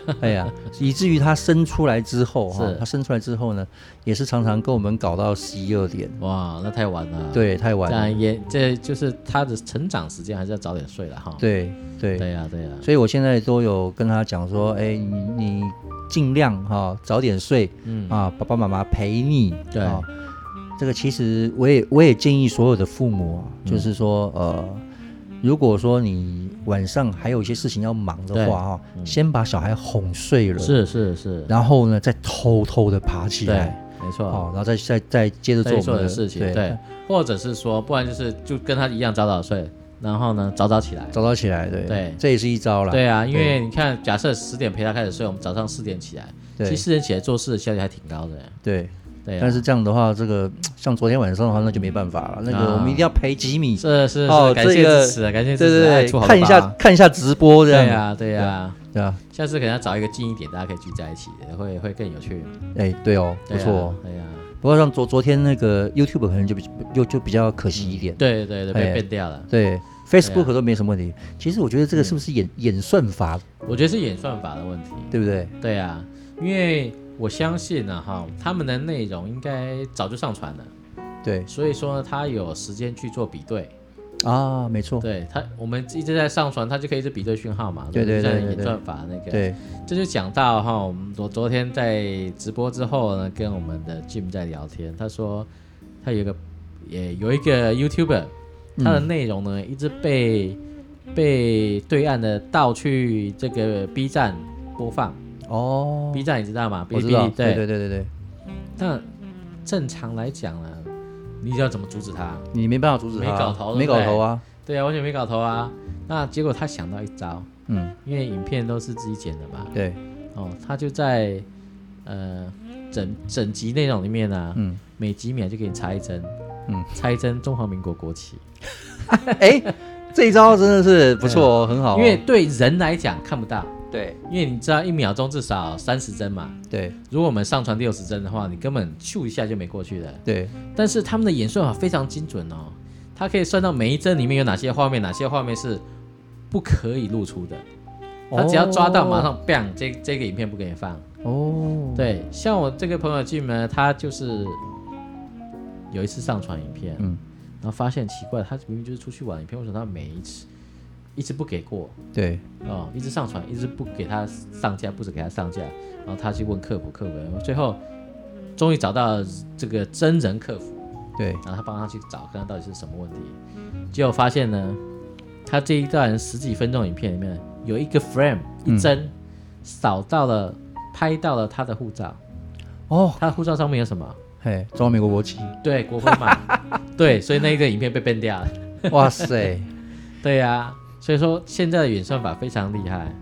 S2: OK，
S1: 哎呀，以至于他生出来之后哈、
S2: 是
S1: 他生出来之后呢，也是常常跟我们搞到十一二点，
S2: 哇，那太晚了。，
S1: 对，太晚
S2: 这
S1: 了，
S2: 样也这就是他的成长时间，还是要早点睡了哈。
S1: 对对
S2: 对呀、对呀、
S1: 所以我现在都有跟他讲说，哎、你你尽量哈、早点睡
S2: 嗯，
S1: 啊，爸爸妈妈陪你。
S2: 对
S1: 啊这个其实我也我也建议所有的父母啊，
S2: 嗯
S1: 就是说呃，如果说你晚上还有一些事情要忙的话哈、先把小孩哄睡了，
S2: 嗯是是是，
S1: 然后呢再偷偷的爬起
S2: 对
S1: 来，，
S2: 没错。
S1: 哦，然后再再再接着做
S2: 该
S1: 我
S2: 做
S1: 们
S2: 的事情，
S1: 对，
S2: 对，或者是说，不然就是就跟他一样早早睡，然后呢早早起来。
S1: 早早起来，对
S2: 对
S1: 这也是一招啦，
S2: 对啊，因为你看，假设十点陪他开始睡，我们早上四点起来，其
S1: 对
S2: 实四点起来做事的效率还挺高的。
S1: 对。
S2: 对、啊，
S1: 但是这样的话，这个像昨天晚上的话，那就没办法了。那
S2: 啊
S1: 个我们一定要陪吉米，
S2: 是是
S1: 哦
S2: 是，感谢
S1: 这个
S2: 支持，啊，感
S1: 对
S2: 谢支持，哎
S1: 对
S2: 出
S1: 对，
S2: 好
S1: 看一下
S2: 多包啊
S1: 看一下直播这
S2: 对啊
S1: 样，
S2: 呀对呀，
S1: 对啊，
S2: 下次可能要找一个近一点，大家可以聚在一起，会会更有趣，
S1: 哎，对哦，不
S2: 对啊
S1: 错哦。
S2: 对呀，
S1: 不过像昨昨天那个 YouTube 可能就比又就比较可惜一点，
S2: 对对对，被
S1: 哎
S2: 变掉了。
S1: 对
S2: 啊
S1: Facebook 都没什么问题。其实我觉得这个是不是演演算法，
S2: 我觉得是演算法的问题，
S1: 对不对？
S2: 对呀，因为我相信呢哈，他们的内容应该早就上传了，
S1: 对
S2: 所以说呢，他有时间去做比对，
S1: 啊，没错，
S2: 对它，我们一直在上传，它就可以一直比对讯号嘛。
S1: 对对
S2: 像
S1: 对对
S2: 演
S1: 对
S2: 算法那个。
S1: 对，
S2: 这就讲到哈，我们我昨天在直播之后呢，跟我们的 Jim 在聊天，他说他有一个也有一个 YouTuber，他
S1: 嗯
S2: 的内容呢、一直被被对岸的盗去这个 B 站播放、
S1: 哦，
S2: b 站你知道吗？哔
S1: 我
S2: 哩
S1: 知道
S2: 哔，哩
S1: 对
S2: 对。
S1: 对对对对，
S2: 那正常来讲呢，你知道怎么阻止他？
S1: 你没办法阻止
S2: 没
S1: 他啊，
S2: 搞头对
S1: 没
S2: 不
S1: 搞
S2: 对
S1: 头啊，
S2: 对啊，完全没搞头啊。那结果他想到一招，
S1: 嗯，
S2: 因为影片都是自己剪的嘛，
S1: 对，
S2: 哦，他就在呃整整集内容里面呢、
S1: 嗯，
S2: 每几秒就给你插一针，
S1: 嗯，
S2: 插一针中华民国国旗，
S1: 哎，这一招真的是不错哦，很好哦，
S2: 因为对人来讲看不到，
S1: 对
S2: 因为你知道一秒钟至少三十针嘛，
S1: 对
S2: 如果我们上传六十针的话，你根本咻一下就没过去了。
S1: 对，
S2: 但是他们的演算法非常精准哦，它可以算到每一帧里面有哪些画面，哪些画面是不可以露出的，他只要抓到马上 bang，这这个影片不给你放。
S1: 哦，
S2: 对，像我这个朋友进门，他就是有一次上传影片，
S1: 嗯，
S2: 然后发现奇怪，他明明就是出去玩影片，为什么他每一次一直不给过
S1: 对，
S2: 哦，一直上传，一直不给他上架，不止给他上架，然后他去问客服，客服最后终于找到这个真人客服，
S1: 对，
S2: 然后他帮他去找，看看到底是什么问题，结果发现呢，他这一段十几分钟影片里面有一个 frame 一帧、扫到了拍到了他的护照。
S1: 哦，
S2: 他护照上面有什么？
S1: 嘿，中华民国国 旗，
S2: 对，国徽嘛。 对，所以那一个影片被 ban 掉了。
S1: 哇塞！
S2: 对呀、所以说现在的演算法非常厉害。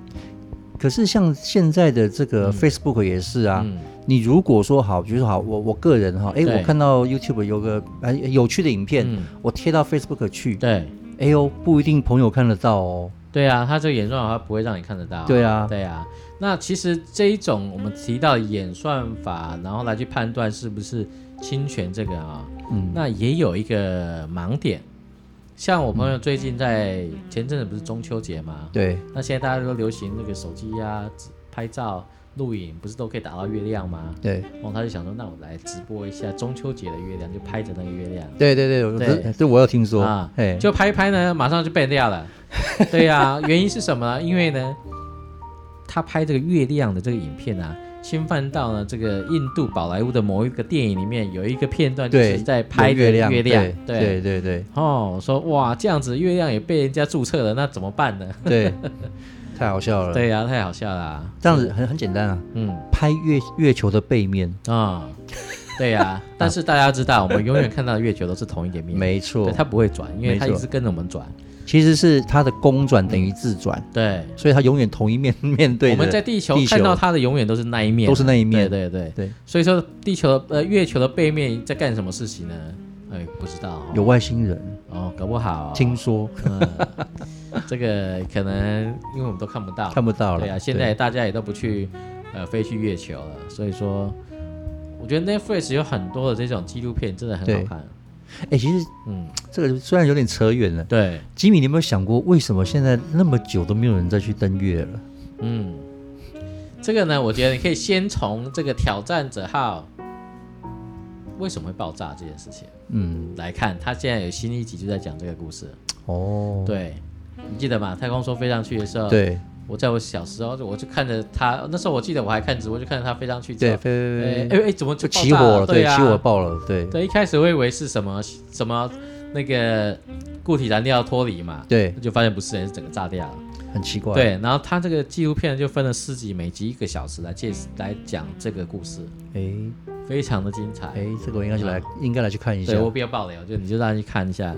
S1: 可是像现在的这个 Facebook 也是啊，
S2: 嗯，
S1: 你如果说好，比如说好，我我个人哈，哎，
S2: 对
S1: 我看到 YouTube 有个哎有趣的影片，
S2: 嗯
S1: 我贴到 Facebook 去，
S2: 对，
S1: 哎呦，不一定朋友看得到哦。
S2: 对啊，他这个演算法它不会让你看得到。
S1: 对啊
S2: 对啊。那其实这一种我们提到演算法，然后来去判断是不是侵权这个啊、
S1: 嗯
S2: 那也有一个盲点。像我朋友最近在前阵子不是中秋节嘛，
S1: 对，
S2: 那现在大家都流行那个手机啊，拍照、录影，不是都可以打到月亮吗？
S1: 对，
S2: 然后他就想说，那我来直播一下中秋节的月亮，就拍着那个月亮
S1: 对对对，我
S2: 对
S1: 这这我有听说，
S2: 啊
S1: 哎，，
S2: 就拍一拍呢，马上就被 掉了。对呀、原因是什么呢？因为呢，他拍这个月亮的这个影片啊，侵犯到呢这个印度宝莱坞的某一个电影里面有一个片段，就
S1: 对，
S2: 是在拍
S1: 有月亮，
S2: 月亮，
S1: 对对对对
S2: 哦，我说哇，这样子月亮也被人家注册了，那怎么办呢？
S1: 对， 太好笑了。
S2: 对呀、太好笑了、啊。
S1: 这样子很很简单啊，
S2: 嗯，
S1: 拍月月球的背面，
S2: 啊、对呀、 但是大家知道，我们永远看到的月球都是同一个面，
S1: 没错
S2: 对，，它不会转，因为它
S1: 没
S2: 一
S1: 错
S2: 直跟着我们转。
S1: 其实是它的公转等于自转，
S2: 对，
S1: 所以它永远同一面面对
S2: 我
S1: 着
S2: 们在地球看到它的永远都是那一面，啊
S1: 都是那一面
S2: 对对对，
S1: 对，
S2: 所以说地球的呃月球的背面在干什么事情呢？哎，不知道、哦，
S1: 有外星人，
S2: 哦，搞不好、
S1: 听说
S2: 嗯，这个可能因为我们都看不到，
S1: 看不到了。
S2: 对啊，现在大家也都不去呃飞去月球了，所以说。我觉得 Netflix 有很多的这种纪录片，真的很好
S1: 对
S2: 看。
S1: 哎、其实
S2: 嗯，
S1: 这个虽然有点扯远了，
S2: 对，
S1: 吉米，你有没有想过为什么现在那么久都没有人再去登月了？
S2: 嗯，这个呢，我觉得你可以先从这个挑战者号为什么会爆炸这件事情
S1: 嗯，
S2: 来看。他现在有新一集就在讲这个故事。
S1: 哦，
S2: 对，你记得吗？太空梭飞上去的时候，
S1: 对
S2: 我在我小时候就我就看着他，那时候我记得我还看直播，就看着他飞上去之
S1: 对，
S2: 后，
S1: 飞
S2: 哎哎哎，怎么
S1: 就
S2: 爆炸
S1: 起火了，
S2: 对
S1: 对，
S2: 啊
S1: 起火爆了，对
S2: 对，一开始我以为是什么什么那个固体燃料脱离嘛，
S1: 对，
S2: 就发现不是，是整个炸掉了。
S1: 很奇怪，
S2: 对，然后他这个纪录片就分了四集，每集一个小时来介来讲这个故事，
S1: 哎
S2: 非常的精彩。
S1: 哎，这个我应该去来，应该来去看一下
S2: 对，我不要爆雷哦，就你就让他去看一下。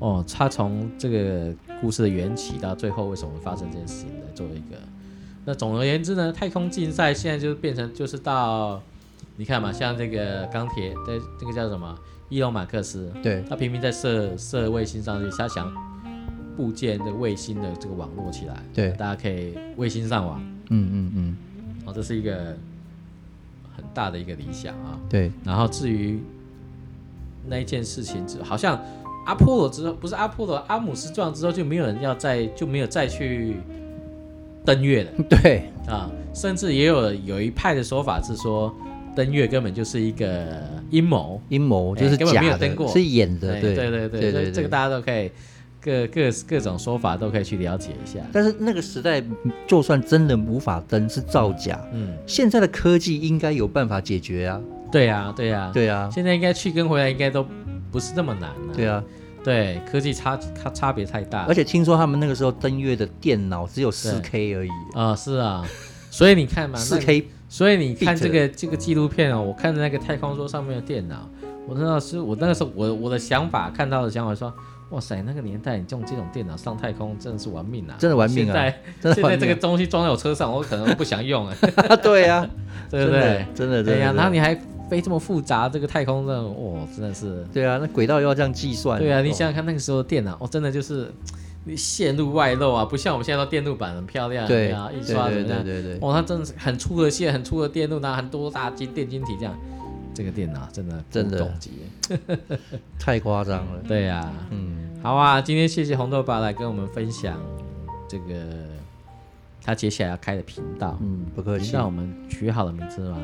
S2: 哦，他从这个故事的缘起到最后为什么发生这件事情来做一个。那总而言之呢，太空竞赛现在就变成就是到，你看嘛，像这个钢铁，对，这个叫什么？伊隆马克斯，
S1: 对
S2: 他频频在射射卫星上去，他想部件的卫星的这个网络起来，
S1: 对
S2: 大家可以卫星上网，
S1: 嗯嗯嗯，
S2: 哦，这是一个很大的一个理想啊。
S1: 对
S2: 然后至于那一件事情之，好像阿波罗之后不是阿波罗，阿姆斯壮之后就没有人要再就没有再去登月 了
S1: 对，
S2: 啊，甚至也有有一派的说法是说登月根本就是一个阴谋，
S1: 阴谋
S2: 哎
S1: 就是
S2: 根本没有
S1: 假
S2: 登过
S1: 的，是演的，
S2: 哎
S1: 对
S2: 对对
S1: 对
S2: 所以这个大家都可以各各各种说法都可以去了解一下。
S1: 但是那个时代，就算真的无法登是造假，
S2: 嗯，
S1: 现在的科技应该有办法解决啊。
S2: 对呀、啊，对呀、啊，
S1: 对啊，
S2: 现在应该去跟回来应该都不是那么难了、
S1: 对啊，
S2: 对，科技差差差别太大了。
S1: 而且听说他们那个时候登月的电脑只有四 K 而已，
S2: 啊、是啊，所以你看嘛，
S1: 四
S2: 那
S1: K
S2: 所以你看
S1: Fit
S2: 这个这个纪录片哦，我看着那个太空桌上面的电脑，我那老师，我那个时候我我的想法看到的想法说，哇塞，那个年代你用这种电脑上太空真的是玩命啊！
S1: 真的玩命啊！
S2: 现在
S1: 真的
S2: 现在
S1: 玩
S2: 这个
S1: 命
S2: 东西装在我车上，我可能不想用 啊，
S1: 啊！对啊，
S2: 对不
S1: 真的
S2: 对？
S1: 真的
S2: 对
S1: 真
S2: 哎呀、
S1: 的。
S2: 然后你还飞这么复杂这个太空任务，哦，真的是，
S1: 对啊，那轨道又要这样计算。
S2: 对啊，你
S1: 哦
S2: 想想看那个时候的电脑，哦，真的就是你线路外露啊，不像我们现在都电路板很漂亮，
S1: 对
S2: 啊，印
S1: 对
S2: 刷怎
S1: 对
S2: 么样
S1: 对？对对，
S2: 哦，它真的是很粗的线，很粗的电路，然后很多大晶电晶体这样。这个电脑真的
S1: 真的
S2: 不懂级，
S1: 太夸张了。
S2: 对呀、
S1: 嗯，
S2: 好啊，今天谢谢红豆爸来跟我们分享这个他接下来要开的频道。
S1: 嗯，不客
S2: 频
S1: 气。
S2: 道我们取好了名字吗？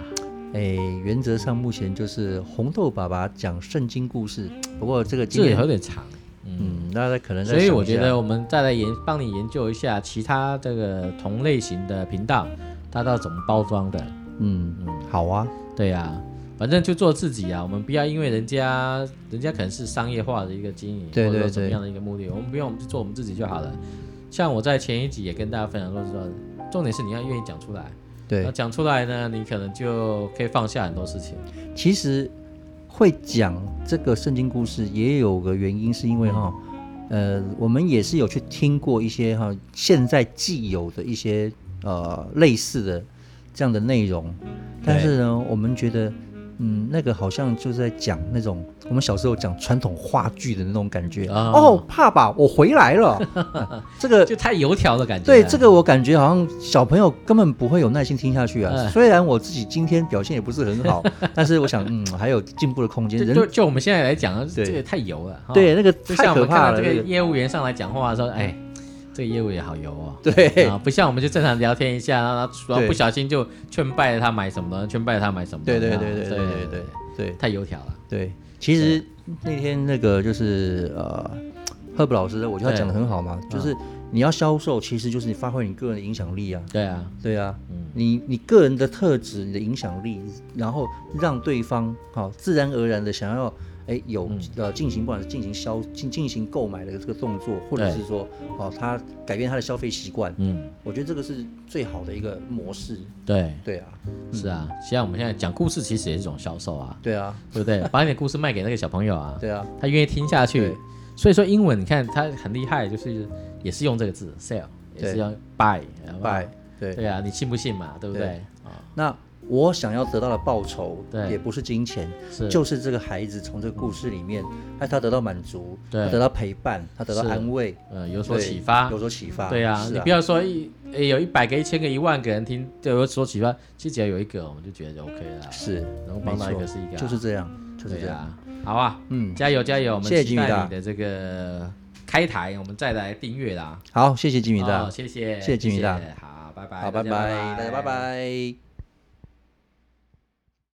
S1: 哎，原则上目前就是红豆爸爸讲圣经故事，不过这个今
S2: 这也
S1: 天
S2: 有点长，
S1: 嗯，大家可能再
S2: 所以
S1: 想
S2: 我
S1: 一
S2: 觉
S1: 下
S2: 得我们再来研帮你研究一下其他这个同类型的频道，它到底怎么包装的。
S1: 嗯嗯好啊，
S2: 对呀、反正就做自己啊，我们不要因为人家，人家可能是商业化的一个经营，
S1: 对
S2: 或者说
S1: 对
S2: 怎么
S1: 对
S2: 样的一个目的，我们不用，我们就做我们自己就好了。像我在前一集也跟大家分享说，说重点是你要愿意讲出来，
S1: 对
S2: 那，讲出来呢，你可能就可以放下很多事情。
S1: 其实会讲这个圣经故事，也有个原因，是因为哈，呃，我们也是有去听过一些哈，现在既有的一些呃类似的这样的内容，但是呢，我们觉得。嗯，那个好像就是在讲那种我们小时候讲传统话剧的那种感觉。
S2: 啊
S1: 哦，爸爸，我回来了。啊这个
S2: 就太油条的感觉啊了。
S1: 对这个，我感觉好像小朋友根本不会有耐心听下去啊。
S2: 嗯
S1: 虽然我自己今天表现也不是很 好，但是我想，嗯，还有进步的空间。
S2: 就就
S1: 人
S2: 就我们现在来讲，这
S1: 对
S2: 个太油了。哈，
S1: 对那个
S2: 就
S1: 太
S2: 像我
S1: 可
S2: 们
S1: 怕
S2: 看到
S1: 了，
S2: 这
S1: 那
S2: 个
S1: 个
S2: 业务员上来讲话的时候，哎，这个业务也好油哦。
S1: 对
S2: 啊，不像我们就正常聊天一下，然后然后
S1: 对
S2: 不小心就劝败了他买什么东西，劝败了他买什么
S1: 对
S2: 东西。
S1: 对
S2: 啊
S1: 对对对对对对
S2: 太油条了。
S1: 对。其实那天那个就是呃，赫布老师，我觉得他
S2: 对嗯
S1: 讲的很好嘛，就是你要销售，其实就是你发挥你个人的影响力啊。
S2: 对啊，
S1: 对啊，
S2: 嗯
S1: 你你个人的特质、你的影响力，然后让对方好、自然而然的想要哎有、
S2: 嗯
S1: 呃进行不管是进行消进进行购买的这个动作，或者
S2: 对
S1: 是说哦他改变他的消费习惯，
S2: 嗯，
S1: 我觉得这个是最好的一个模式。
S2: 对，
S1: 对啊，
S2: 是啊。像我们现在讲故事，其实也是一种销售啊，
S1: 对啊，
S2: 对不 对？把你的故事卖给那个小朋友啊，
S1: 对啊，
S2: 他愿意听下去
S1: 对。
S2: 所以说英文，你看他很厉害，就是也是用这个字 sell，也是
S1: 对
S2: 用 buy，好不好
S1: 拜对。
S2: 对啊，你信不信嘛？对不对
S1: 对？
S2: 啊，
S1: 那我想要得到的报酬，
S2: 对
S1: 也不是金钱，
S2: 是
S1: 就是这个孩子从这个故事里面，哎，他得到满足，
S2: 对
S1: 他得到陪伴，他得到
S2: 是
S1: 安慰，
S2: 呃有所
S1: 对
S2: 启发
S1: 有。所启发。
S2: 对啊，
S1: 是
S2: 你不要说一诶有一百个、一千个、一万个人听，就有所启发，其实只要有一个，我们就觉得就 OK 了。啊
S1: 是
S2: 能帮到
S1: 没错
S2: 一个是一个啊
S1: 就是这样，就是
S2: 对
S1: 这样。
S2: 啊，好啊，
S1: 嗯，
S2: 加油加油，我们
S1: 谢谢
S2: 期
S1: 金鱼
S2: 待
S1: 大
S2: 你的这个开台，我们再来订阅啦。
S1: 好，谢谢金米大，
S2: 哦谢谢，
S1: 谢谢金鱼大
S2: 谢谢好，拜拜，
S1: 好，拜
S2: 大家
S1: 拜，大家拜拜。